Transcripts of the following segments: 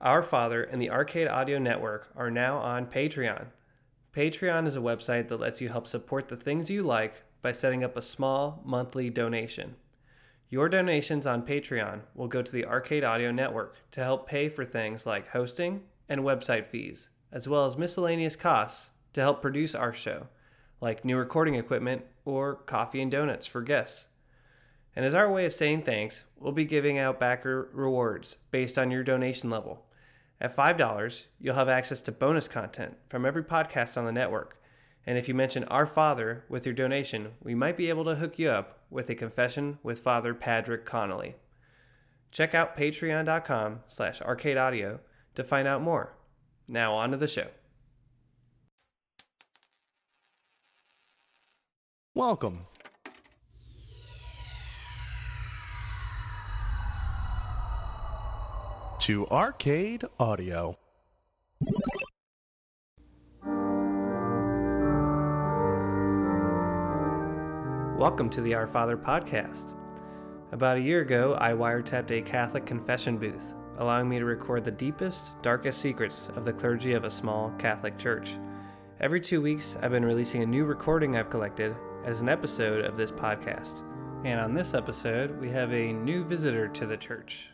Our Father and the Arcade Audio Network are now on Patreon. Patreon is a website that lets you help support the things you like by setting up a small monthly donation. Your donations on Patreon will go to the Arcade Audio Network to help pay for things like hosting and website fees, as well as miscellaneous costs to help produce our show, like new recording equipment or coffee and donuts for guests. And as our way of saying thanks, we'll be giving out backer rewards based on your donation level. At $5, you'll have access to bonus content from every podcast on the network. And if you mention Our Father with your donation, we might be able to hook you up with a confession with Father Patrick Connolly. Check out patreon.com slash arcadeaudio to find out more. Now on to the show. Welcome. To Arcade Audio. Welcome to the Our Father podcast. About a year ago, I wiretapped a Catholic confession booth, allowing me to record the deepest, darkest secrets of the clergy of a small Catholic church. Every two weeks, I've been releasing a new recording I've collected as an episode of this podcast. And on this episode, we have a new visitor to the church.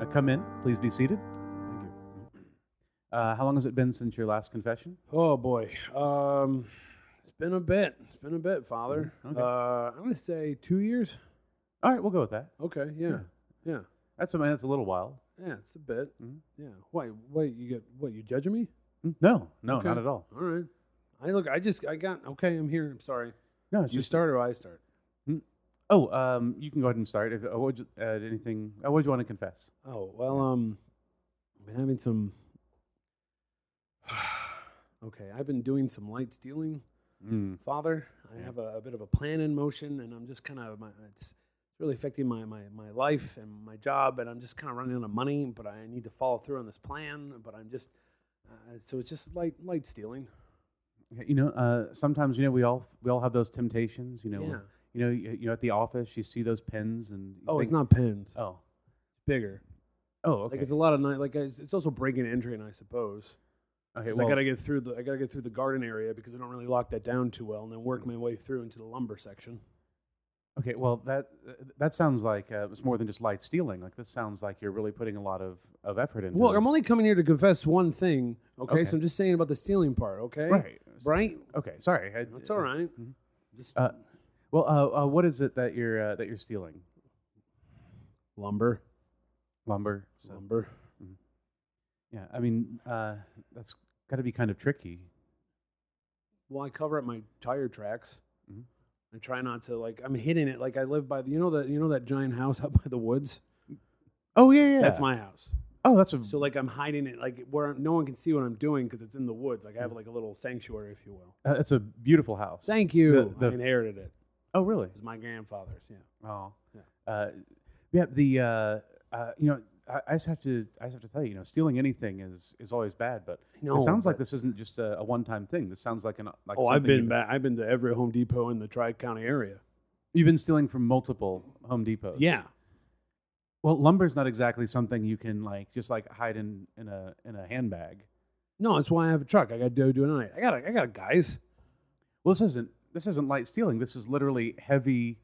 Uh, come in. Please be seated. Thank you. Uh, how long has it been since your last confession? Oh boy, um, it's been a bit. It's been a bit, Father. Mm, Okay. Uh, I'm gonna say two years. All right, we'll go with that. Okay, yeah, yeah, That's a, that's a little while. yeah. it's a bit. Mm-hmm. Yeah. Wait, wait. You get what? You judging me? Mm, No, no, Okay. not at all. All right. I look. I just. I got. Okay, I'm here. I'm sorry. No, it's you just- start or I start? Oh, um, you can go ahead and start. If uh, what would you, uh, anything, uh, what do you want to confess? Oh well. Um, I've been having some. okay, I've been doing some light stealing. Hmm. Mm. father. I have a, a bit of a plan in motion, and I'm just kind of my, it's really affecting my, my my life and my job, and I'm just kind of running out of money. But I need to follow through on this plan. But I'm just uh, so it's just light light stealing. Okay, You know, uh, sometimes you know we all we all have those temptations. You know, Yeah. you know, you, you know, at the office you see those pins and you Oh, it's think- not pens. Oh, Bigger. oh, okay. Like it's a lot of night. Like it's, it's also breaking and entering, I suppose. okay, 'Cause I gotta get through the I gotta get through the garden area because I don't really lock that down too well, and then work my way through into the lumber section. Okay, well that that sounds like uh, it's more than just light stealing. Like this sounds like you're really putting a lot of, of effort into. Well, it. I'm only coming here to confess one thing. Okay, Okay. so I'm just saying about the stealing part. Okay, Right. right. okay. Sorry, I- That's all right. Uh, well, uh, uh, what is it that you're uh, that you're stealing? Lumber. Lumber. Lumber. Yeah, I mean uh, that's got to be kind of tricky. Well, I cover up my tire tracks. Mhm. I try not to like. I'm hitting it like I live by the. You know that. You know that giant house up by the woods. Oh yeah, yeah. That's my house. Oh, that's a. So like I'm hiding it like where no one can see what I'm doing because it's in the woods. Like I Mm-hmm. have like a little sanctuary, if you will. uh, that's a beautiful house. Thank you. The- the- I inherited it. oh really? It was my grandfather's. Yeah. Oh. Yeah. Uh, yeah. The uh, uh, you know. I I just have to. I just have to tell you, you know, stealing anything is is always bad. But No, it sounds like but- this isn't just a, a one time thing. This sounds like an. Like Oh, I've something been you've back. I've been to every Home Depot in the Tri County area. You've been stealing from multiple Home Depots. Yeah. Well, lumber's not exactly something you can like just like hide in in a in a handbag. No, that's why I have a truck. I got to do it tonight. I got. I got guys. Well, this isn't this isn't light stealing. This is literally heavy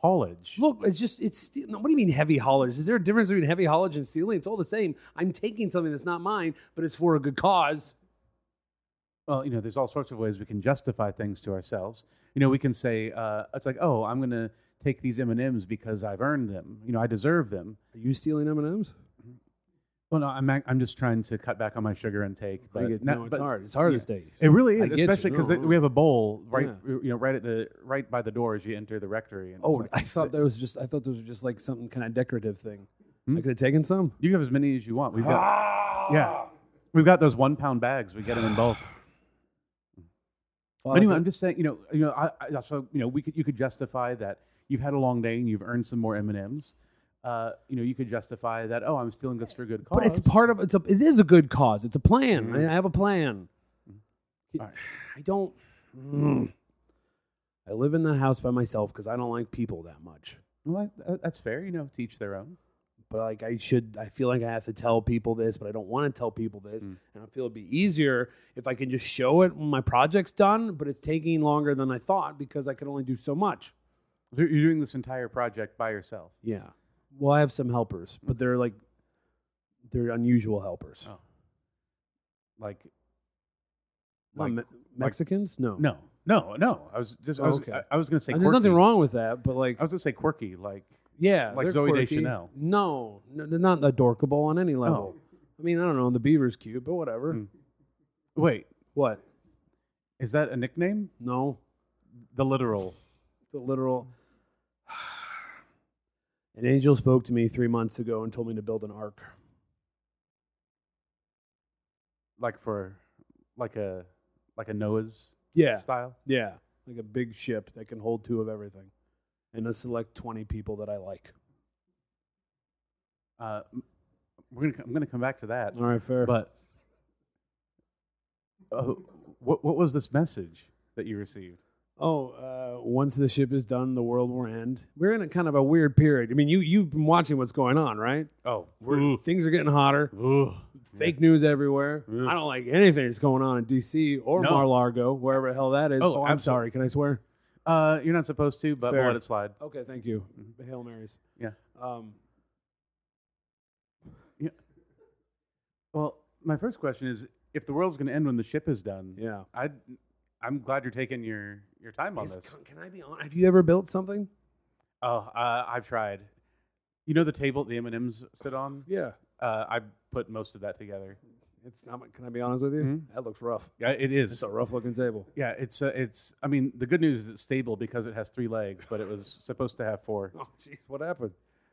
haulage. Look, it's just it's. Ste- no, what do you mean heavy haulage? Is there a difference between heavy haulage and stealing? It's all the same. I'm taking something that's not mine, but it's for a good cause. Well, you know, there's all sorts of ways we can justify things to ourselves. You know, we can say uh, it's like, oh, I'm gonna take these M and M's because I've earned them. You know, I deserve them. Are you stealing M and M's? Well, no, I'm ac- I'm just trying to cut back on my sugar intake. But get- not- no, it's but- hard. It's hard these days. It really I is, get you. especially because No, no. we have a bowl right, Yeah. you know, right at the right by the door as you enter the rectory. And it's Oh, like- I thought that was just. I thought those were just like something kind of decorative thing. I could have taken some. You can have as many as you want. We've got, yeah, we've got those one pound bags. We get them in bulk. But anyway, I'm just saying, you know, you know, I, I so you know, we could you could justify that you've had a long day and you've earned some more M and M's. Uh, you know, you could justify that. Oh, I'm stealing this for good cause. but it's part of. It's a. It is a good cause. It's a plan. I, I have a plan. I don't. hmm. Mm. I live in the house by myself because I don't like people that much. Well, I, uh, that's fair. You know, to each their own. but like I should I feel like I have to tell people this, but I don't want to tell people this. Mm. And I feel it'd be easier if I can just show it when my project's done, but it's taking longer than I thought because I could only do so much. So You're doing this entire project by yourself. Yeah. Well, I have some helpers, but they're like they're unusual helpers. Mm. Oh. Like, Not like- Me- Mexicans? no. no, no, no. I was just, I Oh, was, okay. I, I was going to say, And there's nothing quirky. wrong with that, but like I was going to say quirky, like yeah, like they're Zooey quirky. Deschanel. Oh. No, no, they're not adorkable on any level. I mean, I don't know, the beaver's cute, but whatever. Mm. Wait, What? is that a nickname? No. The literal. the literal. An angel spoke to me three months ago and told me to build an ark. like for like a like a Noah's Yeah, style. yeah, like a big ship that can hold two of everything, and I select twenty people that I like. Uh, m- we're gonna I'm gonna come back to that, All right, fair. but uh, what what was this message that you received? oh, uh, once the ship is done, the world will end. We're in a kind of a weird period. I mean, you you've been watching what's going on, right? Oh, We're, things are getting hotter. Fake news everywhere. I don't like anything that's going on in D.C. or No. Mar-Lago, wherever the hell that is. Oh, oh I'm absolutely. sorry. Can I swear? Uh, you're not supposed to, but we'll Fair. let it slide. Okay, thank you. Hail Marys. Yeah. Um, Well, my first question is, if the world's gonna end when the ship is done, yeah. I I'm glad you're taking your your time on Is- this. Can, can I be honest? Have you ever built something? Oh, uh, I've tried. You know the table the M and M's sit on. Yeah. Uh, I put most of that together. It's not. Can I be honest with you? Mhm. That looks rough. Yeah, it is. It's a rough looking table. Yeah, it's uh, it's. I mean, the good news is it's stable because it has three legs, but it was supposed to have four. Oh, jeez. What happened?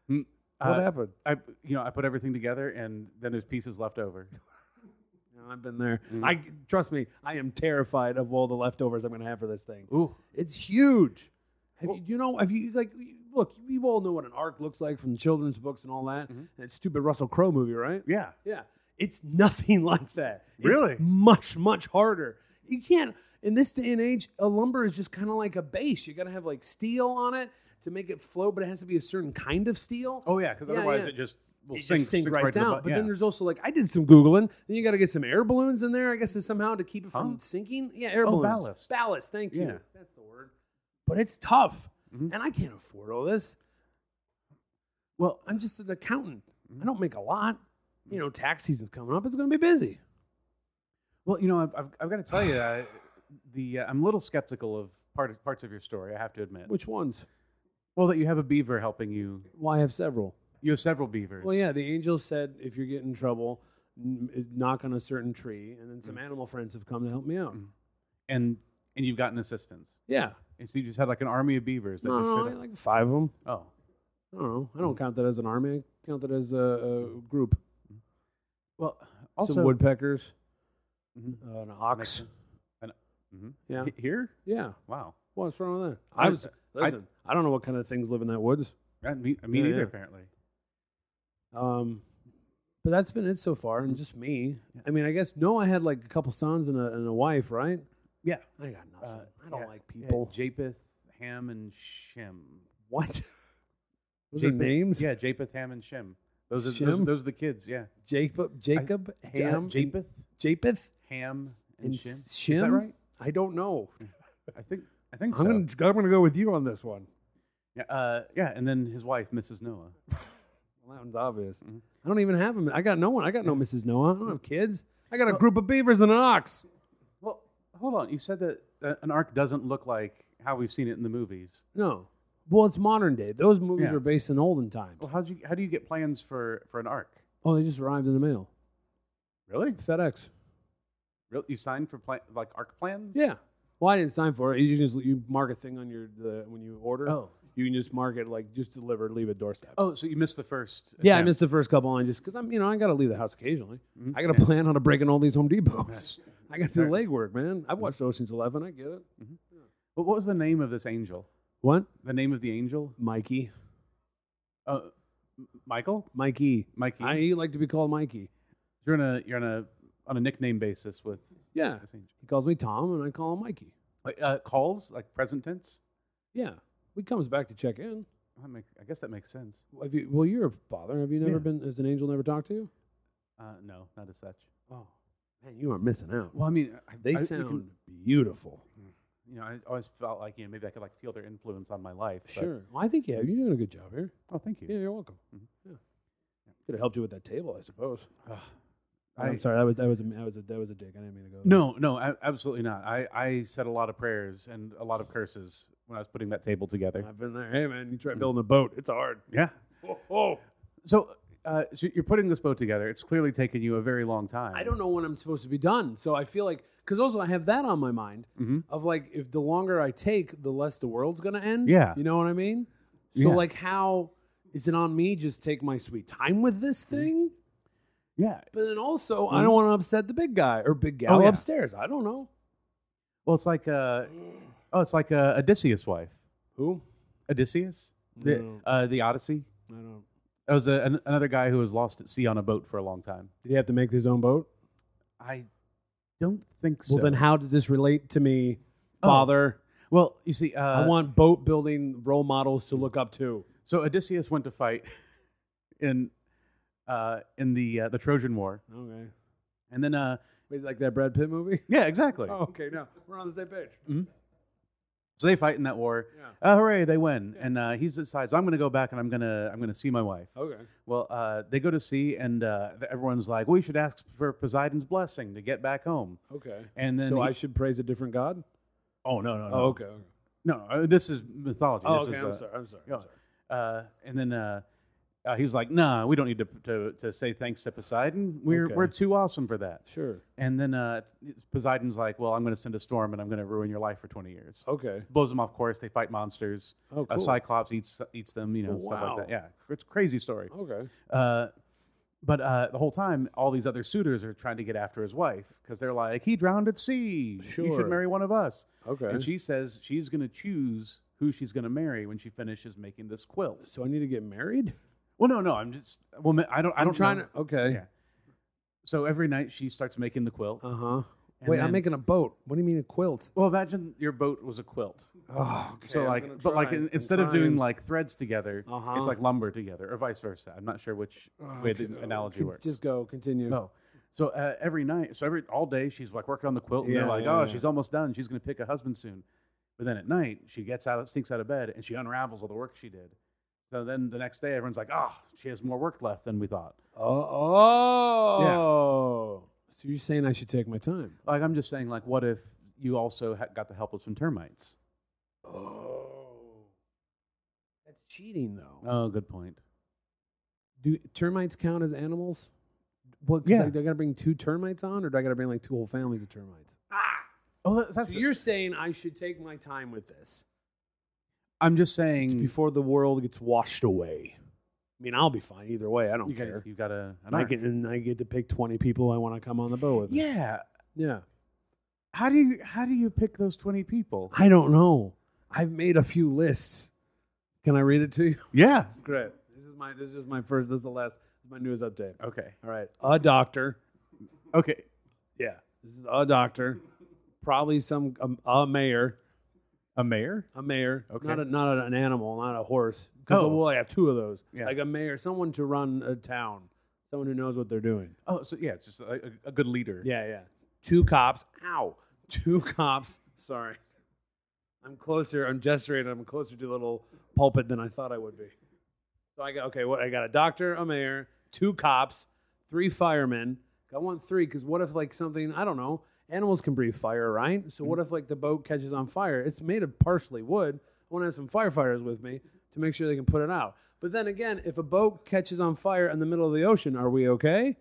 Mm, What uh, happened? I, you know, I put everything together, and then there's pieces left over. No, I've been there. I trust me. I am terrified of all the leftovers I'm going to have for this thing. Ooh, It's huge. Have you, you know? Have you like? Look, you all know what an arc looks like from children's books and all that. And that stupid Russell Crowe movie, right? yeah. Yeah. It's nothing like that. It's Really? much, much harder. You can't, in this day and age, a lumber is just kind of like a base. You got to have like steel on it to make it flow, but it has to be a certain kind of steel. Oh yeah, because Yeah, otherwise yeah. it just will It sink, just sink sinks right, to the down. bu- but yeah. then there's also like I did some googling. Then you got to get some air balloons in there, I guess, to somehow to keep it from Huh? sinking. Yeah, air Oh, balloons. ballast. Ballast. Thank you. Yeah. Mm-hmm. That's the word. But it's tough, and I can't afford all this. Well, I'm just an accountant. Mm-hmm. I don't make a lot. You know, tax season's coming up. It's going to be busy. well, you know, I've, I've, I've got to tell you, I, the uh, I'm a little skeptical of part of, parts of your story. I have to admit. Which ones? well, that you have a beaver helping you. Well, I have several. You have several beavers. Well, yeah, the angel said if you're getting in trouble, n- knock on a certain tree, and then Mm. some animal friends have come to help me out. and and you've gotten assistance, Yeah, and so you just had like an army of beavers that no, just no, showed up. like five of them. oh. I don't know. I Mm. don't count that as an army. I count that as a, a group. Well, also some woodpeckers, Mhm. uh, an Makes ox. sense. And- mhm. Yeah, He- Here? yeah. Wow. What's wrong with that? I- I was I- listen. I, don't know what kind of things live in that woods. I mean, I mean Yeah, either yeah. apparently. Um, but that's been it so far, Mm-hmm. and just me. I mean, I guess no. I had like a couple sons and a, and a wife, right? Yeah. I got nothing. Uh, I don't yeah, like people. Japheth, Ham, and Shem. What? Those are names? Yeah, Japheth, Ham, and Shem. Those are those, Shem? those are the kids. Yeah. Jacob, Jacob, J- uh, Ham, and- Japheth, Japheth, Ham, and, and Shem. Is that Shem? right? I don't know. I think. I think I'm so. gonna I'm gonna go with you on this one. Yeah, uh, yeah, and then his wife, Mrs. Noah. Well, that one's obvious. Mm-hmm. I don't even have them. I got no one. I got no Mrs. Noah. I don't have kids. I got a group of beavers and an ox. Well, hold on. You said that uh, an ark doesn't look like how we've seen it in the movies. No. Well, it's modern day. Those movies Yeah. Oh. were based in olden times. Well, how do you how do you get plans for for an ark? Oh, they just arrived in the mail. Really? FedEx. Real? You signed for pla- like ark plans? Yeah. Well, I didn't sign for it. You just you mark a thing on your the, when you order. Oh. You can just mark it like just deliver, leave it doorstep. Oh, so you missed the first. Yeah, I attempt. missed the first couple lines just because I'm, you know, I got to leave the house occasionally. Mm-hmm. I got to plan on breaking all these Home Depots. I got to do legwork, man. I've watched Ocean's Eleven. I get it. What what was the name of this angel? What? The name of the angel? Mikey. Uh, M- Michael? Mikey. Mikey? I like to be called Mikey. You're on a you're on a on a nickname basis with Yeah. this He calls me Tom and I call him Mikey. angel. Uh, calls like present tense. Yeah. He comes back to check in. I, make, I guess that makes sense. Have you? Well, you're a father. Have you never Yeah. been? Has an angel never talked to you? Uh, no, not as such. Oh, man, you are missing out. Well, I mean, I, I- They you can- sound beautiful. You know, I always felt like you know maybe I could like feel their influence on my life. but- Sure. Well, I think yeah, you're doing a good job here. Oh, thank you. Mm-hmm. Yeah, you're welcome. Yeah. Could have helped you with that table, I suppose. I, I- am sorry. That was that was a, that was a, that was a dig. I didn't mean to go. There. No, no, a- absolutely not. I, I said a lot of prayers and a lot of curses when I was putting that table together. I've been there. Hey, man, you try building a boat. It's hard. Yeah. Oh, oh. So, uh, so you're putting this boat together. It's clearly taken you a very long time. I don't know when I'm supposed to be done. So I feel like, because also I have that on my mind Mm-hmm. of like, if the longer I take, the less the world's going to end. Yeah. You know what I mean? So, Yeah. like, how is it on me just take my sweet time with this Mm-hmm. thing? Yeah. But then also, I don't want to upset the big guy or big gal Mm-hmm. Oh, yeah. upstairs. I don't know. Well, it's like uh, oh, it's like uh, Odysseus' wife. Who? Odysseus, the No. uh, the Odyssey. I don't. That was a, an, another guy who was lost at sea on a boat for a long time. Did he have to make his own boat? I don't think so. Well, then how does this relate to me, Oh. father? well, you see, uh, I want boat building role models to look up to. so Odysseus went to fight in uh, in the uh, the Trojan War, Okay. and then uh, Wait, like that Brad Pitt movie? yeah, exactly. Oh, okay. No, we're on the same page. Mm-hmm. So they fight in that war. Yeah. Uh, hooray, they win, and uh, he decides I'm going to go back and I'm going to I'm going to see my wife. Okay. Well, uh, they go to sea, and uh, th- everyone's like, "We should ask for Poseidon's blessing to get back home." Okay. And then, so he- I should praise a different god? oh no, no, no, Oh, okay. okay. no, no, uh, this is mythology. Oh, This okay. is, I'm uh, sorry. I'm sorry. yeah. I'm sorry. Uh, and then uh, uh, he was like, "Nah, we don't need to to, to say thanks to Poseidon. We're Okay. we're too awesome for that." Sure. And then uh, Poseidon's like, "Well, I'm going to send a storm, and I'm going to ruin your life for 20 years." Okay. Blows them off course. They fight monsters. Oh, A cool. cyclops eats eats them. You know, stuff Wow. like that. Yeah, it's a crazy story. Okay. Uh, but uh, the whole time, all these other suitors are trying to get after his wife because they're like, he drowned at sea. You Sure. should marry one of us. Okay. And she says she's going to choose who she's going to marry when she finishes making this quilt. So I need to get married? Well, no, no, I'm just, well, ma- I don't, I I'm don't trying know. to. Okay. Yeah. So every night she starts making the quilt. Uh huh. And Wait, I'm then- making a boat. What do you mean a quilt? Well, imagine your boat was a quilt. Oh, so like, but like in, instead of doing like threads together, Uh-huh. Oh, it's like lumber together, or vice versa. I'm not sure which way the analogy works. Just go. Continue. No. So uh, every night, so every all day, she's like working on the quilt, and Yeah, they're like, "Oh, yeah, yeah. she's almost done. She's going to pick a husband soon." But then at night, she gets out, sneaks out of bed, and she unravels all the work she did. So then the next day, everyone's like, "Oh, she has more work left than we thought." Oh, oh. So you're saying I should take my time? Like I'm just saying, like, what if you also ha- got the help with some termites? Oh, that's cheating, though. Oh, good point. do termites count as animals? What? 'cause, Yeah. Like, do I got to bring two termites on, or do I got to bring like two whole families of termites? Oh, that, that's So you're saying I should take my time with this I'm just saying. before the world gets washed away. I mean, I'll be fine either way. I don't you care. got you got a an and I arc. get and I get to pick twenty people I want to come on the boat with. yeah. Yeah. How do you how do you pick those twenty people? I don't know. I've made a few lists. Can I read it to you? Yeah. Great. This is my this is my first. This is the last. This is my newest update. Okay. All right. A doctor. Okay. Yeah. This is a doctor. Probably some um, a mayor. A mayor. A mayor. Okay. Not a, not an animal. Not a horse. Because Oh. we'll have two of those. Yeah. Like a mayor, someone to run a town, someone who knows what they're doing. Oh, so yeah, it's just a, a- a good leader. Yeah, yeah. Two cops. Ow. Two cops. Sorry. I'm closer. I'm gesturing. I'm closer to the little pulpit than I thought I would be. So I got okay. What I got a doctor, a mayor, two cops, three firemen. I want three because what if like something I don't know? Animals can breathe fire, right? So Mm. what if like the boat catches on fire? It's made of parsley wood. I want to have some firefighters with me to make sure they can put it out. But then again, if a boat catches on fire in the middle of the ocean, are we okay?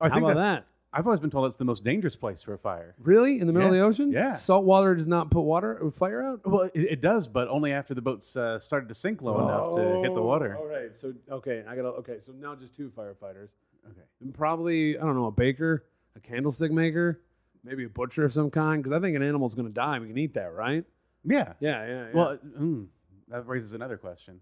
I How think about that- that? I've always been told that's the most dangerous place for a fire. Really? In the middle Yeah. of the ocean? Yeah. Salt water does not put water uh, fire out? Well, it, it does, but only after the boats uh, started to sink low enough to Oh. hit the water. All right. So okay, I gotta okay, so now just two firefighters. Okay. And probably, I don't know, a baker, a candlestick maker, maybe a butcher of some kind, because I think an animal's gonna die. We can eat that, right? Yeah. Yeah, yeah, yeah. Well, mm, that raises another question.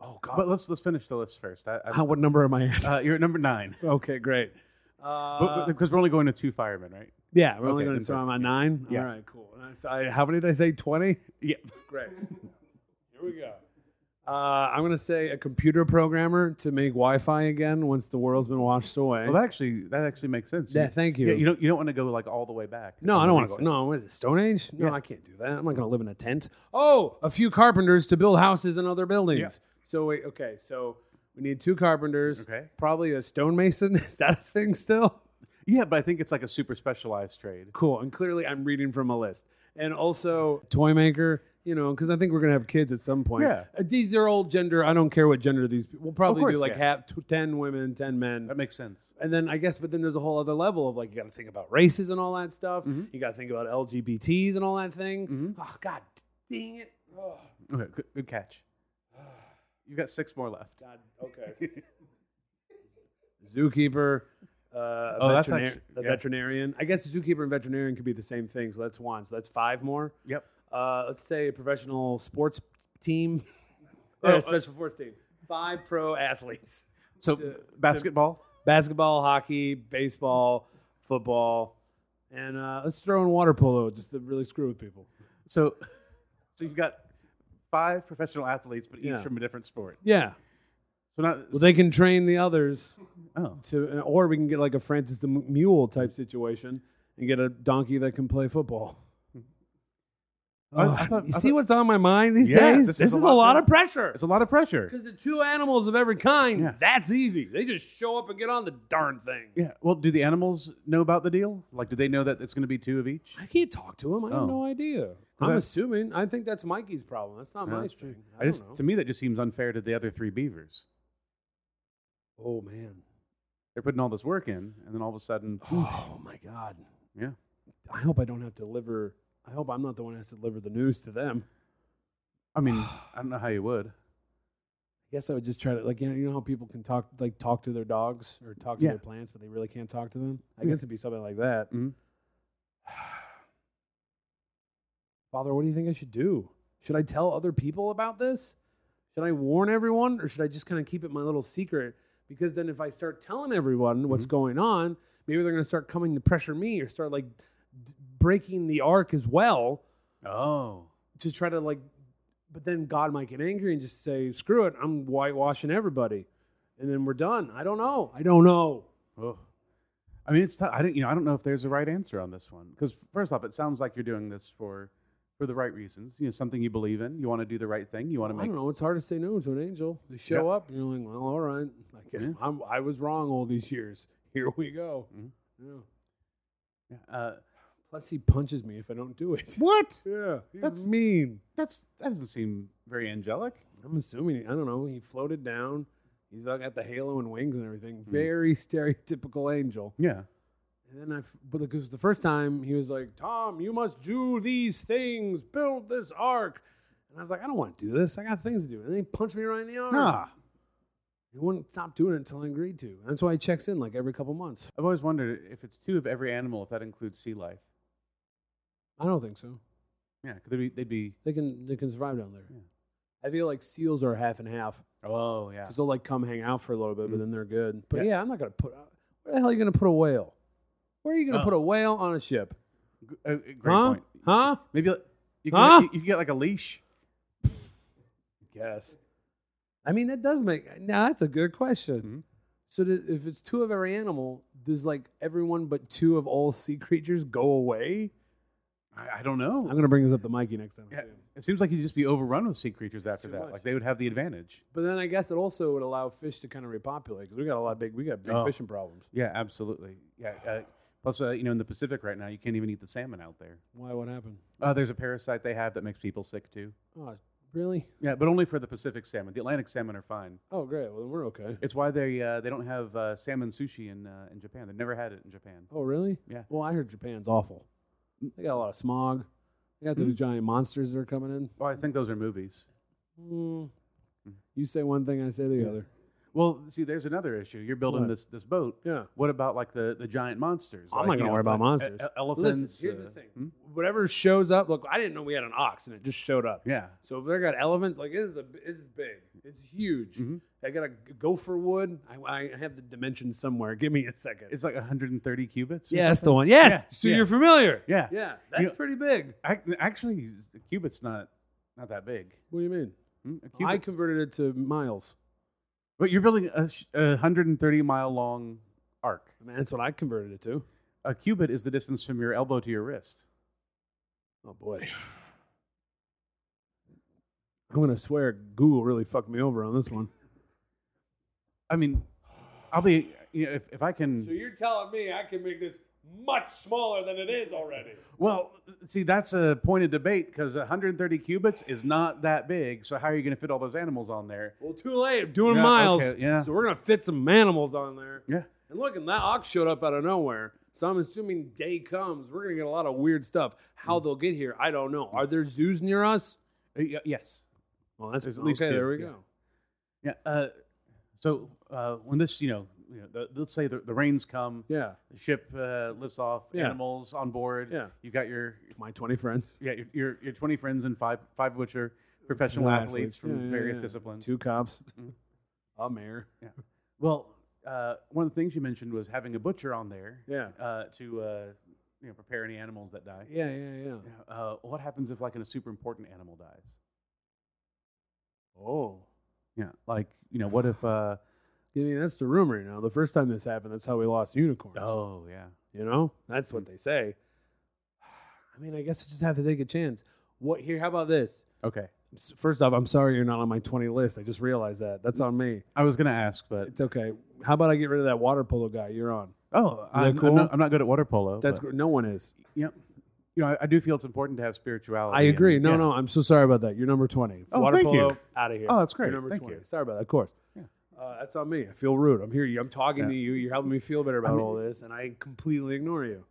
oh god. But let's let's finish the list first. I, I, How, what number am I at? uh, you're at number nine okay, great. But- Uh, because we're only going to two firemen, right? yeah, we're only okay, going to then so I'm sorry. at nine. Yeah. All right, cool. And I, so I- how many did I say? Twenty. Yeah. Great. Here we go. Uh, I'm gonna say a computer programmer to make Wi-Fi again once the world's been washed away. Well, that actually that actually makes sense. Yeah, thank you. Yeah, you don't you don't want to go like all the way back. no, I don't want to go. No, what is it? Stone Age? No, I can't do that. I'm not gonna live in a tent. Oh, a few carpenters to build houses and other buildings. Yeah. So wait, okay, so we need two carpenters. Okay. Probably a stonemason. Is that a thing still? Yeah, but I think it's like a super specialized trade. Cool. And clearly, I'm reading from a list. And also, toy maker. You know, because I think we're gonna have kids at some point. Yeah. Uh, these they're all gender. I don't care what gender these. We'll probably do course, like yeah. half, t- ten women, ten men. That makes sense. and then I guess, but then there's a whole other level of like you got to think about races and all that stuff. Mm-hmm. You got to think about LGBTs and all that thing. Oh God, dang it! Oh, Okay, good, good catch. You've got six more left. God, okay. zookeeper, uh, a, Oh, that's veterinar- actu- a yeah. veterinarian. I guess zookeeper and veterinarian could be the same thing. So that's one. So that's five more. Yep. Uh, let's say a professional sports team, or uh, a special sports team. Five pro athletes: So To- basketball. basketball, hockey, baseball, football, and uh, let's throw in water polo just to really screw with people. So so you've got five professional athletes, but each Yeah. from a different sport. Yeah. So not Well, they can train the others oh. to, or we can get like a Francis the M- Mule type situation and get a donkey that can play football. I- I Ugh, thought- you I see thought- what's on my mind these Yeah, days? this is This, a is, a lot lot more- of pressure. It's a lot of pressure. Because the two animals of every kind, Yeah. that's easy. They just show up and get on the darn thing. Yeah. Well, do the animals know about the deal? Like, do they know that it's going to be two of each? I can't talk to him. I Oh. have no idea. Well, I'm that- assuming. I think that's Mikey's problem. That's not No, my that's thing. I, I don't just know. to me that just seems unfair to the other three beavers. oh man. They're putting all this work in, and then all of a sudden, Oh my god. yeah. I hope I don't have to deliver. I hope I'm not the one that has to deliver the news to them. I mean, I don't know how you would. I guess I would just try to like you know, you know how people can talk like talk to their dogs or talk to Yeah. their plants, but they really can't talk to them. I Yeah. guess it'd be something like that. Mhm. Father, what do you think I should do? Should I tell other people about this? Should I warn everyone, or should I just kind of keep it my little secret? Because then, if I start telling everyone Mm-hmm. what's going on, maybe they're going to start coming to pressure me or start like d- breaking the arc as well Oh, to try to like but then god might get angry and just say screw it i'm whitewashing everybody and then we're done i don't know i don't know oh. I mean, it's. T- I don't. You know, I don't know if there's a right answer on this one because first off, it sounds like you're doing this for for the right reasons. You know, something you believe in. You want to do the right thing. You want to i make. don't know it's hard to say no to an angel they show Yeah. Mm-hmm. up and you're like well all right i guess Yeah. I'm, i was wrong all these years here we go Mm-hmm. yeah. Uh, plus he punches me if i don't do it what? yeah he's That's- mean That's that doesn't seem very angelic. i'm assuming i don't know he floated down he's all got the halo and wings and everything Mm-hmm. very stereotypical angel Yeah. And then I, f- but because the first time he was like, Tom, you must do these things, build this ark. And I was like, I don't want to do this. I got things to do. And then he punched me right in the arm. Ah. He wouldn't stop doing it until I agreed to. And that's why he checks in like every couple months. I've always wondered if it's two of every animal, if that includes sea life. I don't think so. Yeah, 'cause they'd be, they'd be. They can they can survive down there. I feel like seals are half and half Oh yeah. Mm-hmm. because they'll like come hang out for a little bit, but then they're good. But Yeah. yeah, I'm not gonna put. uh, Where the hell are you gonna put a whale? Where are you gonna Oh. put a whale on a ship? Uh, great huh? point. Huh? Maybe like, you can Huh? you, you can get like a leash. Yes. I mean, that does make. Now, that's a good question. Mhm. So, th- if it's two of every animal, does like everyone but two of all sea creatures go away? I, I don't know. I'm going to bring this up to Mikey next time. I Yeah, see him. it seems like you'd just be overrun with sea creatures after too that. much. Like they would have the advantage. But then I guess it also would allow fish to kind of repopulate because we got a lot of big, we got big Oh. fishing problems. Yeah, absolutely. Yeah. Uh, plus, uh, you know, in the Pacific right now, you can't even eat the salmon out there. Why? What happened? Uh, there's a parasite they have that makes people sick too. Oh, really? Yeah, but only for the Pacific salmon. The Atlantic salmon are fine. Oh, great. Well, then we're okay. It's why they uh, they don't have uh, salmon sushi in uh, in Japan. They've never had it in Japan. Oh, really? Yeah. Well, I heard Japan's awful. They got a lot of smog. They got those Hmm. giant monsters that are coming in. Oh, I think those are movies. Mm. You say one thing, I say the other. Well, see, there's another issue. You're building What? this this boat. Yeah. What about like the, the giant monsters? I'm Like, not you gonna know, worry like, about e- monsters. e- elephants. Listen, here's the uh, thing. hmm? Whatever shows up, look, I didn't know we had an ox and it just showed up. Yeah. So if they got elephants, like this is a it's big, it's huge. Mm-hmm. I got a g- gopher wood. I, I have the dimensions somewhere. Give me a second. It's like 130 cubits. or yeah, that's something. the one. Yes. Yeah, So yeah. you're familiar. Yeah. Yeah. That's You- pretty big. Ac- Actually, the cubit's not not that big. What do you mean? Mm, a I cubic- converted it to miles. but you're building a, sh- a 130 mile long arc. I mean, that's what I converted it to. A cubit is the distance from your elbow to your wrist. Oh boy. I'm gonna swear Google really fucked me over on this one. I mean, I'll be you know, if if I can. So you're telling me I can make this much smaller than it is already? Well, see, that's a point of debate because 130 cubits is not that big. So how are you going to fit all those animals on there? Well, too late. I'm doing Yeah, miles. okay, yeah. So we're gonna fit some animals on there. Yeah. And look, and that ox showed up out of nowhere. So I'm assuming day comes, we're gonna get a lot of weird stuff. How Hmm. they'll get here, I don't know. Are there zoos near us? Uh, y- yes. Well, that's There's at least okay, two, There we yeah. go. Yeah. Uh, so uh, when this, you know, you know the, let's say the, the rains come, Yeah, the ship uh, lifts off, Yeah. animals on board. Yeah. You got your my 20 friends, yeah your your, your 20 friends and five five of which are professional Yeah, athletes from yeah, yeah, various yeah. disciplines. two cops, a mayor. Well, uh, one of the things you mentioned was having a butcher on there. Yeah. Uh, to uh, you know prepare any animals that die. Yeah, yeah, yeah. Uh, what happens if like a super important animal dies? Oh, Yeah, like you know, what if? uh I mean that's the rumor. You know, the first time this happened, that's how we lost unicorns. Oh yeah, You know, that's what they say. I mean, I guess I just have to take a chance. What here? How about this? okay. S- First off, I'm sorry you're not on my 20 list. I just realized that. That's on me. I was gonna ask, but It's okay. How about I get rid of that water polo guy you're on? oh, I'm, I'm cool? not, I'm not good at water polo. That's but, gr- no one is. yeah. You know, I, I do feel it's important to have spirituality. I agree. and- No, yeah. no, I'm so sorry about that. You're number 20. Oh, water thank polo, you. out of here. Oh, that's great. You're number Thank 20. you. Sorry about that. Of course. Uh, that's on me. I feel rude. I'm here. I'm talking Yeah. to you. You're helping me feel better about mean- all this, and I completely ignore you.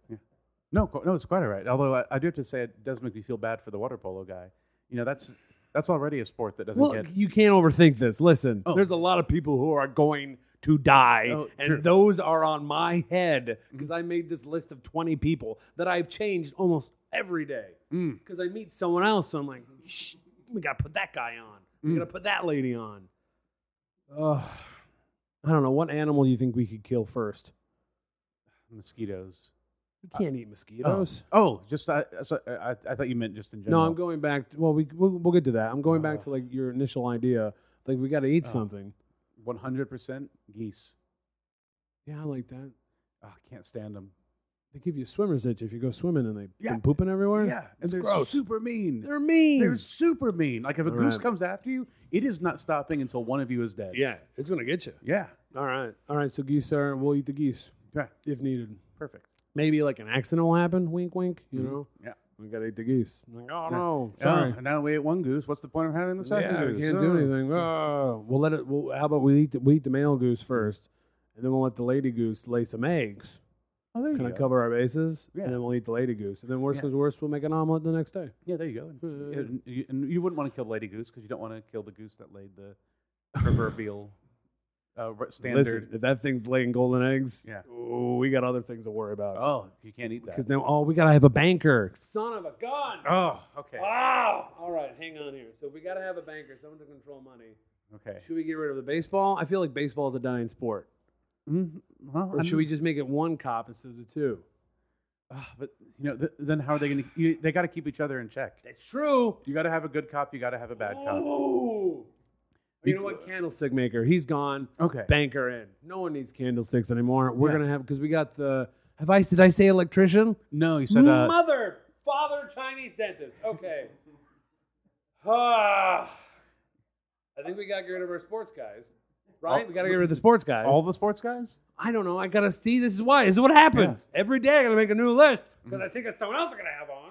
no, qu- no, it's quite all right. Although I, I do have to say, it does make me feel bad for the water polo guy. You know, that's that's already a sport that doesn't Well, get. you can't overthink this. Listen, Oh. there's a lot of people who are going to die, Oh, Mm. and true. those are on my head because I made this list of 20 people that I've changed almost every day Mm. because I meet someone else, and I'm like, Shh, we got to put that guy on. Mm. We got to put that lady on. Ugh. I don't know. What animal do you think we could kill first? mosquitoes. We can't eat mosquitoes. Oh, just I, so I, I thought you meant just in Oh, No, general. Oh. I'm going back. To, well, we we'll, we'll get to that. I'm going back to like your initial idea. Like we got to eat something. One hundred percent geese. Yeah, I like that. Oh, I can't stand them. They give you swimmer's itch if you go swimming and they Yeah. been pooping everywhere. Yeah, and they're gross. super mean. They're mean. They're super mean. Like if a All goose right. comes after you, it is not stopping until one of you is dead. yeah, it's gonna get you. Yeah. All right, all right. So geese are. We'll eat the geese Yeah. if needed. Perfect. Maybe like an accident will happen. Wink, wink. You know, Mm-hmm. Yeah. we gotta eat the geese. I'm like, oh Yeah. no, Oh, sorry. and now we ate one goose. What's the point of having the second yeah, goose? we can't Oh. do anything. Oh, we'll let it. Well, how about we eat the, we eat the male goose Mm-hmm. first, and then we'll let the lady goose lay some eggs. Oh, there you Kind go. of cover our bases, Yeah. and then we'll eat the lady goose. And then worst Yeah. comes worst, we'll make an omelet the next day. Yeah, there you go. And, Uh, and you, and you wouldn't want to kill the lady goose because you don't want to kill the goose that laid the proverbial uh, re- standard. Listen, if that thing's laying golden eggs, Yeah. ooh, we got other things to worry about. Oh, you can't eat that. Because now, oh, we gotta have a banker. Son of a gun! Oh, okay. Wow! All right, hang on here. So we gotta have a banker, someone to control money. Okay. Should we get rid of the baseball? I feel like baseball is a dying sport. Mm, well, Or I'm- should we just make it one cop instead of the two? ah, but you know, th- then how are they going to? They got to keep each other in check. That's true. You got to have a good cop. You got to have a bad cop. Ooh. You know what? Candlestick maker. He's gone. Okay. Banker in. No one needs candlesticks anymore. We're Yeah. gonna have because we got the. Have I did I say electrician? No, you said uh, Mother, father, Chinese dentist. Okay. Ah. I think we got to get rid of our sports guys, right? All- we got to get rid of the sports guys. all the sports guys. I don't know. I got to see. This is why. This is what happens every day. I got to make a new list because Mm. I think it's someone else I'm going to have on.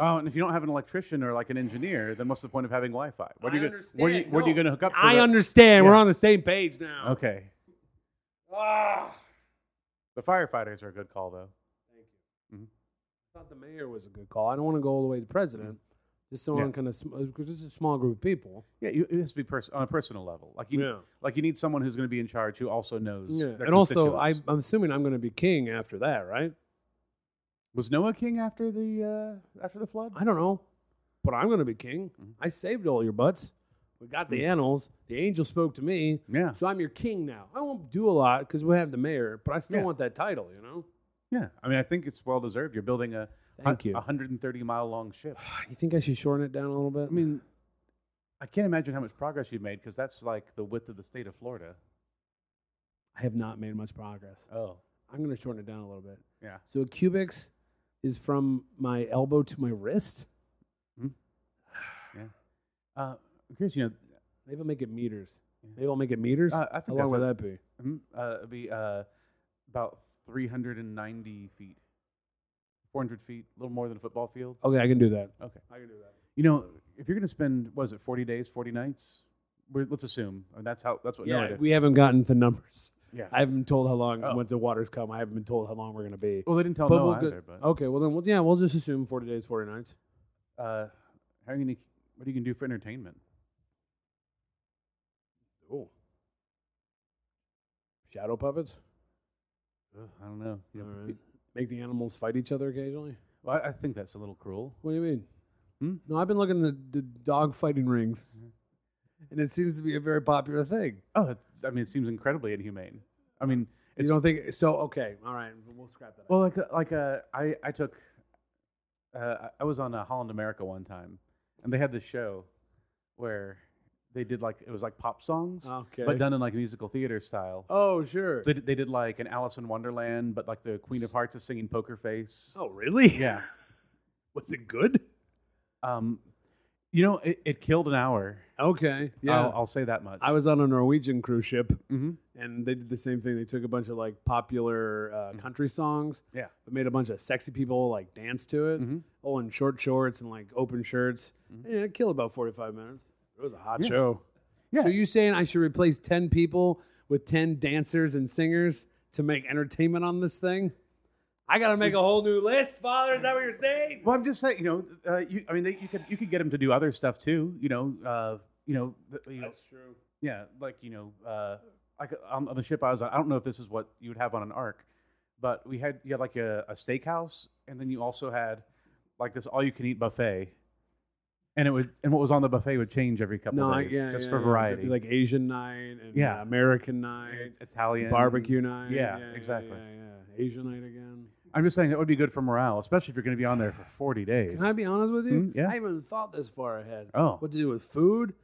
Oh, and if you don't have an electrician or like an engineer, then what's the point of having Wi-Fi? What are I you gonna, understand. where, do you, where do you No, going to hook up? To I the- understand. We're Yeah. on the same page now. Okay, Ah. the firefighters are a good call though. I thought the mayor was a good call. I don't want to go all the way to president. Just someone Yeah. kind of because this is a small group of people. Yeah, you, it has to be pers- on a personal level. Like you, Yeah. like you need someone who's going to be in charge who also knows. Yeah. their And also, I, constituents. I'm assuming I'm going to be king after that, right? was Noah King after the uh, after the flood. I don't know, but I'm going to be king. Mm-hmm. I saved all your butts. We got the animals. The angel spoke to me. Yeah. So I'm your king now. I won't do a lot because we have the mayor, but I still Yeah. want that title, you know? yeah, I mean, I think it's well deserved. You're building a Thank you. 130 mile long ship. You think I should shorten it down a little bit? I mean, I can't imagine how much progress you've made because that's like the width of the state of Florida. I have not made much progress. Oh, I'm going to shorten it down a little bit. yeah. So a cubics is from my elbow to my wrist. Uh, here's you know, Maybe I'll make it meters. Maybe I'll make it meters. Uh, I think How long that's would a- that be? mhm, uh, it'd be uh, about 390 feet, 400 feet, a little more than a football field. Oh, Okay, I can do that. Okay. I can do that. You know, if you're going to spend, was it 40 days, 40 nights? We're, let's assume I mean, that's how. That's what. no, I Yeah, did. we haven't gotten the numbers. yeah. I haven't been told how long Oh. once the waters come. I haven't been told how long we're going to be. well, they didn't tell But no we'll go- either. but Okay, well then, we'll, yeah, we'll just assume forty days, forty nights. uh, how are you going to? What are you going to do for entertainment? Oh, shadow puppets. Ugh, I don't know. You know, All right. Make the animals fight each other occasionally. well, I, I think that's a little cruel. What do you mean? Hmm? No, I've been looking at the, the dog fighting rings, Mm-hmm. and it seems to be a very popular thing. Oh, that's, I mean, it seems incredibly inhumane. I mean, You it's don't think so? Okay, all right, we'll scrap that. Well, like like uh, I I took uh, I- I was on uh, Holland America one time, and they had this show where they did like it was like pop songs, Okay. but done in like musical theater style. oh, sure. They did, they did like an Alice in Wonderland, but like the Queen of Hearts is singing Poker Face. oh, really? Yeah, Was it good? um, you know it, it killed an hour. Okay. Yeah. I'll, I'll say that much. I was on a Norwegian cruise ship, hmm and they did the same thing. They took a bunch of like popular Mm. uh, country songs, Yeah. but made a bunch of sexy people like dance to it. Mhm. Oh, in short shorts and like open shirts. Yeah, it killed about forty-five minutes. It was a hot show. Mm-hmm. Yeah. So you saying I should replace ten people with ten dancers and singers to make entertainment on this thing? I got to make a whole new list, Father. Is that what you're saying? Well, I'm just saying, you know, uh, you, I mean, they, you could you could get them to do other stuff too. You know, uh, you know, th- you know, true. Yeah, like you know, uh, like um, on the ship I was on. I don't know if this is what you would have on an ark, but we had you had like a, a steakhouse, and then you also had like this all-you-can-eat buffet, and it would and what was on the buffet would change every couple No, I- days yeah, just yeah, for yeah. It'd variety, be like Asian night and Yeah. uh, American night, Italian barbecue night. Yeah, exactly. Yeah, yeah. Asian night again. I'm just saying that would be good for morale, especially if you're going to be on there for 40 days. Can I be honest with you? Mm, yeah. I even thought this far ahead. Oh. Hmm? what to do with food?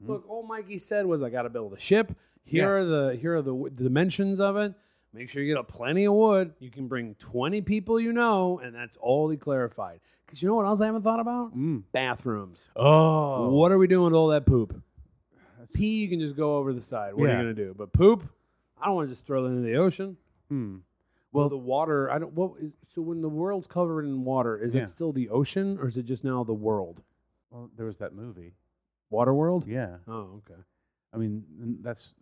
Look, all Mikey said was, "I got to build a ship. Here Yeah. are the here are the, w- the dimensions of it. Make sure you get a plenty of wood. You can bring twenty people you know, and that's all he clarified. Because you know what else I haven't thought about? Bathrooms. Hmm. oh, What are we doing with all that poop? Pee, you can just go over the side. What are Yeah. you going to do? But poop, I don't want to just throw it into the ocean. Hmm. Well, the water, I don't. What is so when the world's covered in water? Is Yeah. it still the ocean, or is it just now the world? Well, there was that movie. Water world? Yeah, Oh, okay. I mean n- that's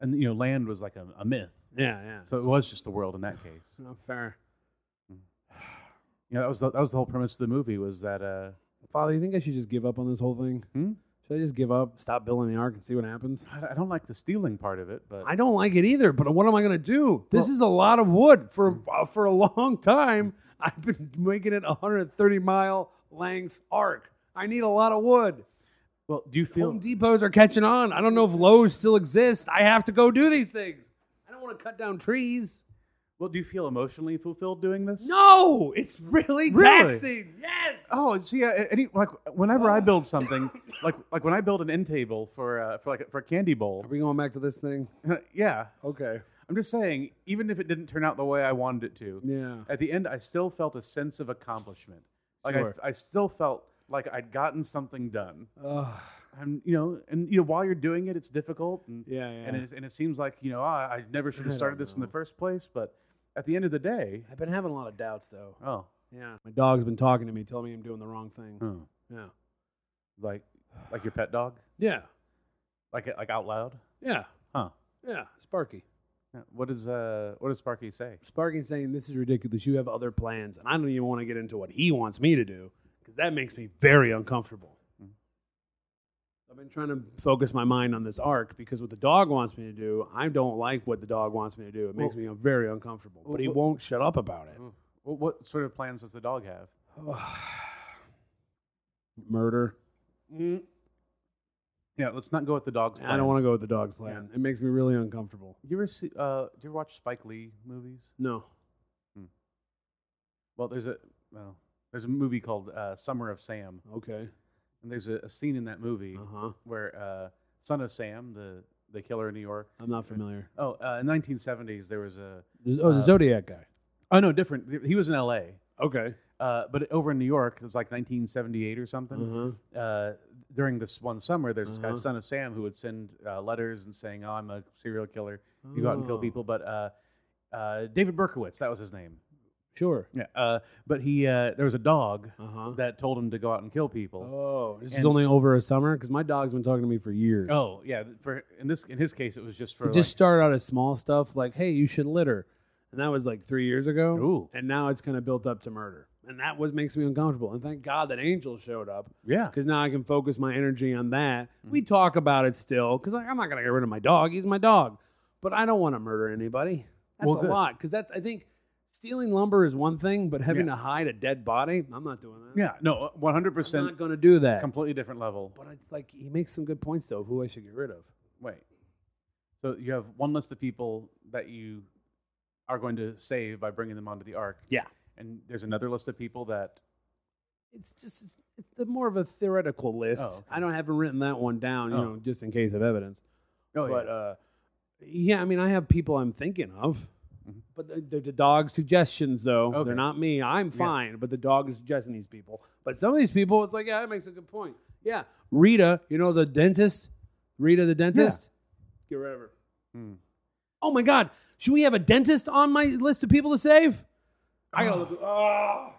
and you know land was like a, a myth, Yeah, yeah. so it was just the world in that case. Not fair. You know, that was the, that was the whole premise of the movie was that uh, Father, you think I should just give up on this whole thing? Hmm? Should I just give up, stop building the ark, and see what happens? I I don't like the stealing part of it, but I don't like it either. But what am I going to do? This is a lot of wood for Hmm. uh, for a long time. I've been making it a 130 mile length arc. I need a lot of wood. well, do you feel? Home Depots are catching on. I don't know if Lowe's still exists. I have to go do these things. I don't want to cut down trees. Well, do you feel emotionally fulfilled doing this? No, it's really, Really? taxing. Yes. Oh, see, uh, any like whenever Oh. I build something, like like when I build an end table for uh, for like a- for a candy bowl, Are we going back to this thing? yeah. Okay. I'm just saying, even if it didn't turn out the way I wanted it to, Yeah. at the end I still felt a sense of accomplishment. Like Sure. I, I still felt like I'd gotten something done. Ugh. And you know, and you know, while you're doing it, it's difficult. And, Yeah, And yeah. it, and it seems like you know, I, I never should have started this in the first place. But at the end of the day, I've been having a lot of doubts though. oh, Yeah. My dog's been talking to me, telling me I'm doing the wrong thing. hmm, Yeah. like like your pet dog, Yeah. like like out loud, Yeah. huh? Yeah. Sparky. Yeah, What does uh what does Sparky say? Sparky's saying this is ridiculous. You have other plans, and I don't even want to get into what he wants me to do because that makes me very uncomfortable. I've been trying to focus my mind on this arc because what the dog wants me to do, I don't like what the dog wants me to do. It makes me very uncomfortable, but he well- won't shut up about it. What, what sort of plans does the dog have? Murder. Yeah, let's not go with the dog's. Mm. I don't want to plans. go with the dog's plan. It makes me really uncomfortable. You ever see? Uh, do you ever watch Spike Lee movies? No. Well, there's a well, there's a movie called uh, Summer of Sam, Okay. And there's a, a scene in that movie Uh huh. where uh, Son of Sam, the the killer in New York. I'm not familiar. Oh, uh, in 1970s there was a. Oh, the Zodiac guy. Oh no, different. He was in L.A. Okay. Uh, but over in New York, it was like 1978 or something. Uh-huh. Uh, during this one summer, there's this Uh-huh. guy, son of Sam, who would send uh, letters and saying, "Oh, I'm a serial killer. You go out and kill Oh. people." But uh, uh, David Berkowitz, that was his name. Sure. Yeah. Uh, but he, uh, there was a dog Uh huh. that told him to go out and kill people. Oh, this is And- only over a summer because my dog's been talking to me for years. Oh, yeah. For in this, in his case, it was just for it just started out as small stuff like, "Hey, you should litter," and that was like three years ago. Ooh. And now it's kind of built up to murder, and that what makes me uncomfortable. And thank God that Angel showed up like, yeah. Mm-hmm. because now I can focus my energy on that. We talk about it still because like, I'm not gonna get rid of my dog. He's my dog, but I don't want to murder anybody. That's Well, a good. lot because that's I think stealing lumber is one thing, but having Yeah. to hide a dead body, I'm not doing that. Yeah. No, 100 I'm not percent, gonna do that. completely different level. But it's like he makes some good points though of who I should get rid of. Wait. So you have one list of people that you are going to save by bringing them onto the ark. Yeah. And there's another list of people that It's just it's, it's the more of a theoretical list. Oh, okay. I don't haven't written that one down, you Oh. know, just in case of evidence. Oh, but yeah. uh, yeah, I mean, I have people I'm thinking of, Mhm. but the, the, the dog's suggestions though Okay. they're not me. I'm Yeah. fine, but the dog is suggesting these people. But some of these people, it's like, yeah, that makes a good point. Yeah, Rita, you know the dentist, Rita the dentist. Get rid of her. Hmm. Oh my God, should we have a dentist on my list of people to save? Uh, I gotta look. Ah,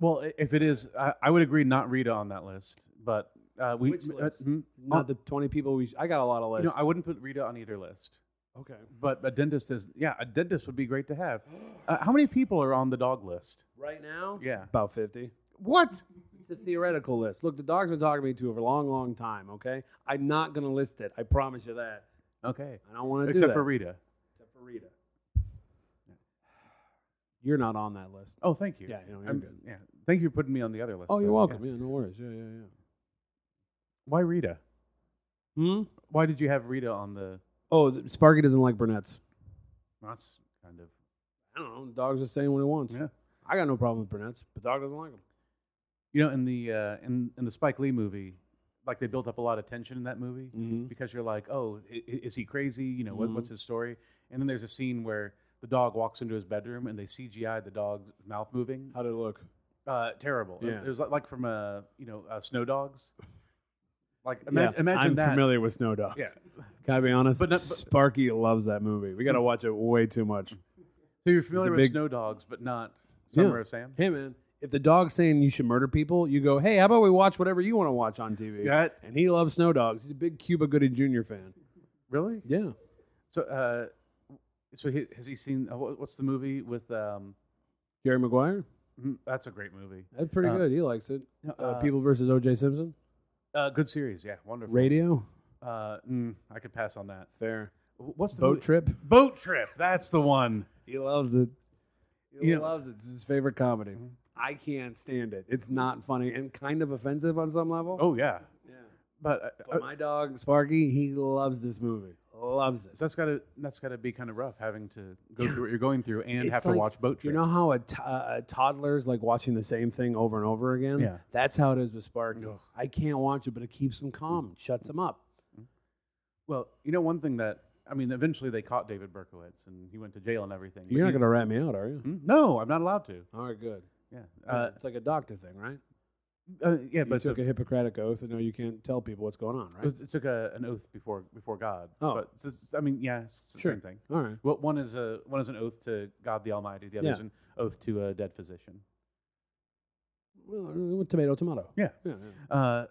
Well, i- if it is, I, I would agree not Rita on that list, but uh, we. Which uh, list? hmm? Not the 20 people we. Sh- I got a lot of You lists. know, I wouldn't put Rita on either list, okay. but a dentist is. Yeah, a dentist would be great to have. Uh, how many people are on the dog list? Right now? Yeah. About 50. What? It's a theoretical list. Look, the dog's been talking to me too for a long, long time, okay? I'm not going to list it. I promise you that. Okay. I don't want to do Except that. for Rita. Except for Rita. You're not on that list. Oh, thank you. Yeah, you know, you're I'm- good. Yeah. Thank you for putting me on the other list. Oh, you're though. welcome. Yeah. Yeah, no worries. Yeah, yeah, Why Rita? yeah. Hmm? Why did you have Rita on the? Oh, the- Sparky doesn't like brunettes. That's kind of. I don't know. The dog's just saying what he wants. Yeah. I got no problem with brunettes, but the dog doesn't like them. You know, in the uh, in in the Spike Lee movie, like they built up a lot of tension in that movie. Mm-hmm. because you're like, oh, i- i- is he crazy? You know, what, Mhm. what's his story? And then there's a scene where the dog walks into his bedroom and they CGI the dog's mouth moving. How did it look? Uh, terrible. Yeah. It was like, like from uh, you know uh, Snow Dogs. Like ima- Yeah, imagine I'm that. familiar with Snow Dogs. Yeah. Can I be honest? But not- but- Sparky loves that movie. We got to watch it way too much. So you're familiar with big- Snow Dogs, but not Yeah. Summer of Sam. Hey, man, if the dog's saying you should murder people, you go, hey, how about we watch whatever you want to watch on TV? Yeah. And he loves Snow Dogs. He's a big Cuba Gooding Jr. fan. Really? Yeah. So uh, so he, has he seen uh, wha- what's the movie with? Um, Jerry Maguire? mm, that's a great movie. That's pretty Uh, good. He likes it. no, Uh, uh, people versus O.J. Simpson? Uh, good series, yeah, wonderful. Radio? Uh, mm, I could pass on that. Fair. Wh- What's the Boat movie- Trip? Boat trip. That's the one. He loves it. He You know- loves it. It's his favorite comedy. I can't stand it. It's not funny and kind of offensive on some level. Oh yeah, yeah. but, uh, But my dog Sparky, he loves this movie. Loves it. uh, that's gotta that's gotta be kind of rough having to go through what you're going through and It's have like- to watch boat You trip. know how a, t- uh, a toddler's like watching the same thing over and over again? Yeah. That's how it is with Sparky. I can't watch it, but it keeps him calm, it shuts him up. well, you know one thing that I mean, eventually they caught David Berkowitz and he went to jail and everything. but You're not you- going to rat me out, are you? Hmm? No, I'm not allowed to. All right, good. Yeah, Yeah, uh, it's like a doctor thing, right? uh, yeah, you but took it's a Hippocratic oath, and no, you can't tell people what's going on, a- right? it took a, an oath before before God. Oh. but it's, it's- I mean, yeah, it's the Sure. same thing. All right. Well, one is a one is an oath to God the Almighty. The other Yeah. is an oath to a dead physician. Well, uh, tomato, tomato. Yeah. Yeah, Uh,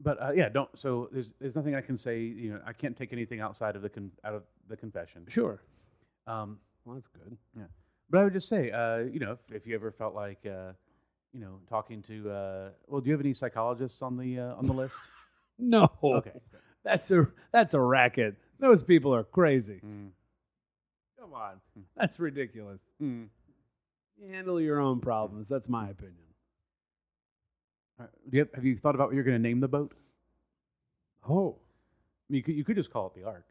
but uh, yeah, don't. So there's there's nothing I can say. You know, I can't take anything outside of the con- out of the confession. Sure. Um, Well, that's good. but I would just say, uh, you know, if, if you ever felt like, uh, you know, talking to, uh, well, do you have any psychologists on the uh, on the list? No. Okay. That's a that's a racket. Those people are crazy. Mm. Hmm. Come on. Hmm. That's ridiculous. Mm. Handle your own problems. That's my opinion. All right. Do you have, have you thought about what you're going to name the boat? Oh. I mean, you could you could just call it the Ark.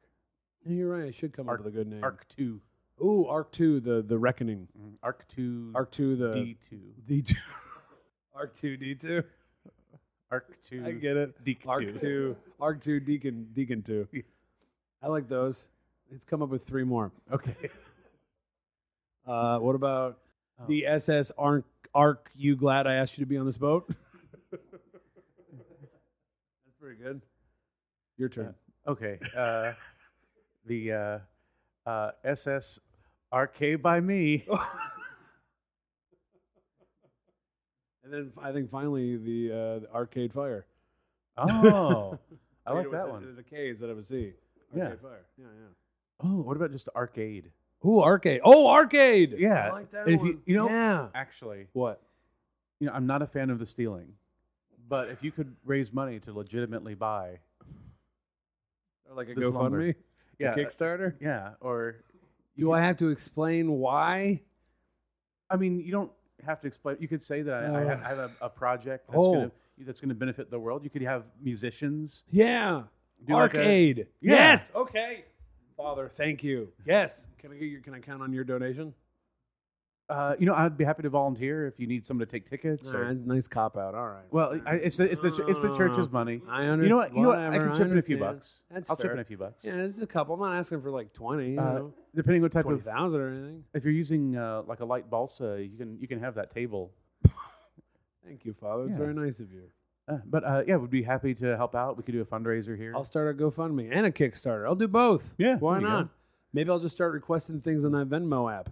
Yeah, You're right. I should come Arc- up with a good name. Ark two. Ooh, Arc Two, the the Reckoning. Mm. Ark two. Arc Two, the D two. D two. Arc Two D two. Arc two. I get it. Deke Arc two. two. Arc two. Deacon. Deacon two. I like those. He's come up with three more. Okay. Uh, what about Oh. the SS Arc? Arc, you glad I asked you to be on this boat? That's pretty good. Your turn. Okay. Uh, the uh, uh, SS RK by me. And then I think finally the, uh, the Arcade Fire. Oh, I Read like it with that the- one. The K instead of a C. Yeah. Arcade Fire. Yeah, yeah. Oh, what about just arcade? Ooh, arcade. Oh, arcade. Yeah, I like that and if one. you- you know- yeah. Actually, What? you know, I'm not a fan of the stealing, but if you could raise money to legitimately buy, Or like a This lumber. GoFundMe? Yeah. A Kickstarter? yeah, or Do I have to explain why? I mean, you don't have to explain. You could say that I, I ha- I have a, a project that's Uh. Oh. gonna that's going to benefit the world. You could have musicians. Yeah. Do like a- arcade. Yeah. Yes. Okay. Father, thank you. Yes. Can I get your, can I count on your donation? Uh, you know, I'd be happy to volunteer if you need someone to take tickets. Or, Nah, nice cop out. All right. Uh, Well, I, it's the, it's the it's the church's money. I You know what? understand. You know what? I Whatever, can I chip in a few understand. bucks. That's I'll chip fair. in a few bucks. Yeah, this is a couple. I'm not asking for like 20, you Uh, know, depending what type of 20,000 or anything. if you're using uh, like a light balsa, you can you can have that table. Thank you, Father. It's Yeah. very nice of you. Uh, but uh, yeah, we'd be happy to help out. We could do a fundraiser here. I'll start a GoFundMe and a Kickstarter. I'll do both. Yeah, Why there you go. not? Maybe I'll just start requesting things on that Venmo app.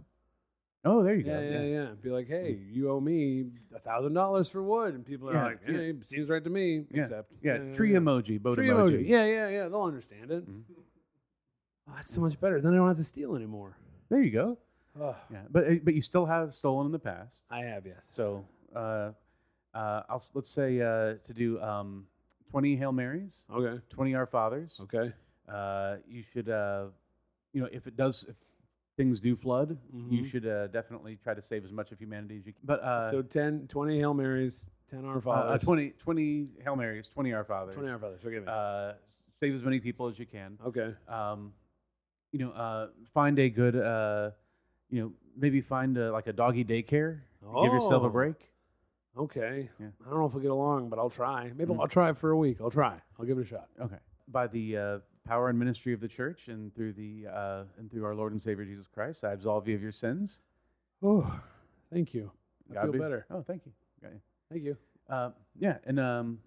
oh, there you Yeah, go. yeah, yeah. Be like, hey, you owe me a thousand dollars for wood, and people are Yeah, like, yeah. hey, seems right to me. Yeah. Except, Yeah, tree emoji, boat tree emoji. Yeah, yeah, yeah. They'll understand it. Mhm. Oh, that's so much better. Then I don't have to steal anymore. There you go. Ugh. Yeah, but uh, but you still have stolen in the past. I have yes. So uh, uh, I'll s- let's say uh, to do um, twenty Hail Marys, Okay. twenty Our Fathers. Okay. Uh, you should, uh, you know, if it does, if things do flood, you Mhm. should uh, definitely try to save as much of humanity as you can. But uh, so 10, 20 hail marys, ten our uh, fathers, 20, 20 Hail Marys, twenty Our Fathers. 20 our fathers. Forgive me. Uh, save as many people as you can. okay. um, you know, uh, find a good, uh, you know, maybe find a, like a doggy daycare. Give yourself Oh. a break. Okay. Yeah. Mm. I don't know if we'll get along, but I'll try. Maybe I'll try for a week. I'll try. I'll give it a shot. Okay. By the uh, power and ministry of the church, and through the uh, and through our Lord and Savior Jesus Christ, I absolve you of your sins. Oh, thank you. I God feel be- better. Oh, thank you. Got you. Thank you. Uh, yeah, and um,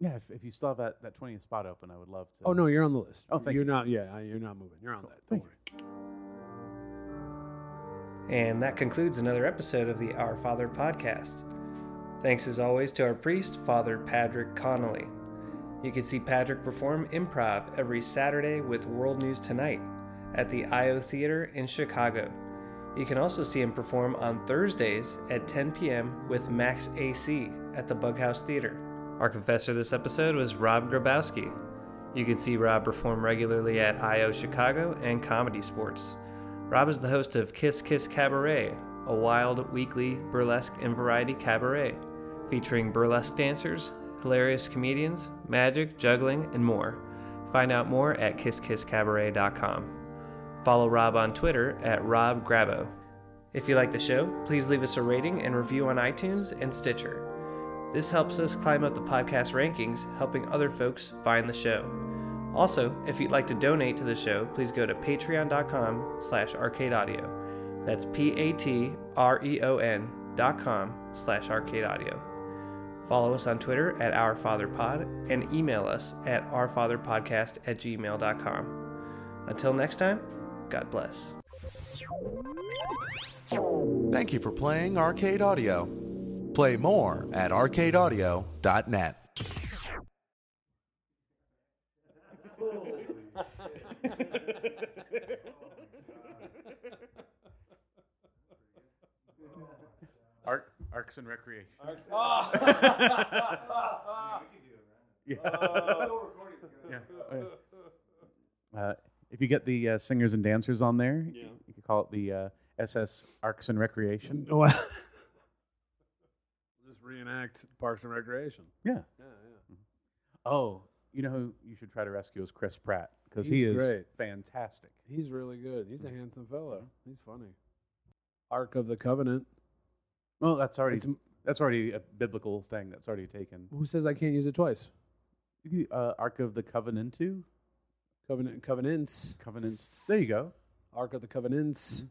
yeah, if, if you still have that, that 20th spot open, I would love to. Oh no, you're on the list. Oh, thank you're you. not. Yeah, I- you're not moving. You're on that. Don't Thank worry. And that concludes another episode of the Our Father podcast. Thanks as always to our priest, Father Patrick Connolly. You can see Patrick perform improv every Saturday with World News Tonight at the IO Theater in Chicago. You can also see him perform on Thursdays at 10 p.m. with Max AC at the Bughouse Theater. Our confessor this episode was Rob Grabowski. You can see Rob perform regularly at IO Chicago and Comedy Sports. Rob is the host of Kiss Kiss Cabaret, a wild weekly burlesque and variety cabaret featuring burlesque dancers, hilarious comedians, magic, juggling, and more. Find out more at kisskisscabaret.com. Follow Rob on Twitter at RobGrabo. If you like the show, please leave us a rating and review on iTunes and Stitcher. This helps us climb up the podcast rankings, helping other folks find the show. Also, if you'd like to donate to the show, please go to patreon.com slash arcadeaudio. That's P-A-T-R-E-O-N E dot com slash arcadeaudio. Follow us on Twitter at OurFatherPod and email us at ourfatherpodcast at gmail.com. Until next time, God bless. Thank you for playing Arcade Audio. Play more at arcadeaudio.net. Arc, Arcs and Recreation. Yeah. Yeah. Oh, yeah. Uh, if you get the uh, singers and dancers on there, you could call it the uh, SS Arcs and Recreation. Well, just reenact Parks and Recreation. Yeah. Yeah, yeah. Oh, you know who you should try to rescue is Chris Pratt because He's he is great. fantastic. He's really good. He's a Mm-hmm. handsome fellow. He's funny. Ark of the Covenant. Well, that's already It's That's already a biblical thing. That's already taken. Who says I can't use it twice? You can, Uh, Ark of the Covenant too. Covenant, covenants, Covenants. There you go. Mm-hmm. Ark of the Covenants.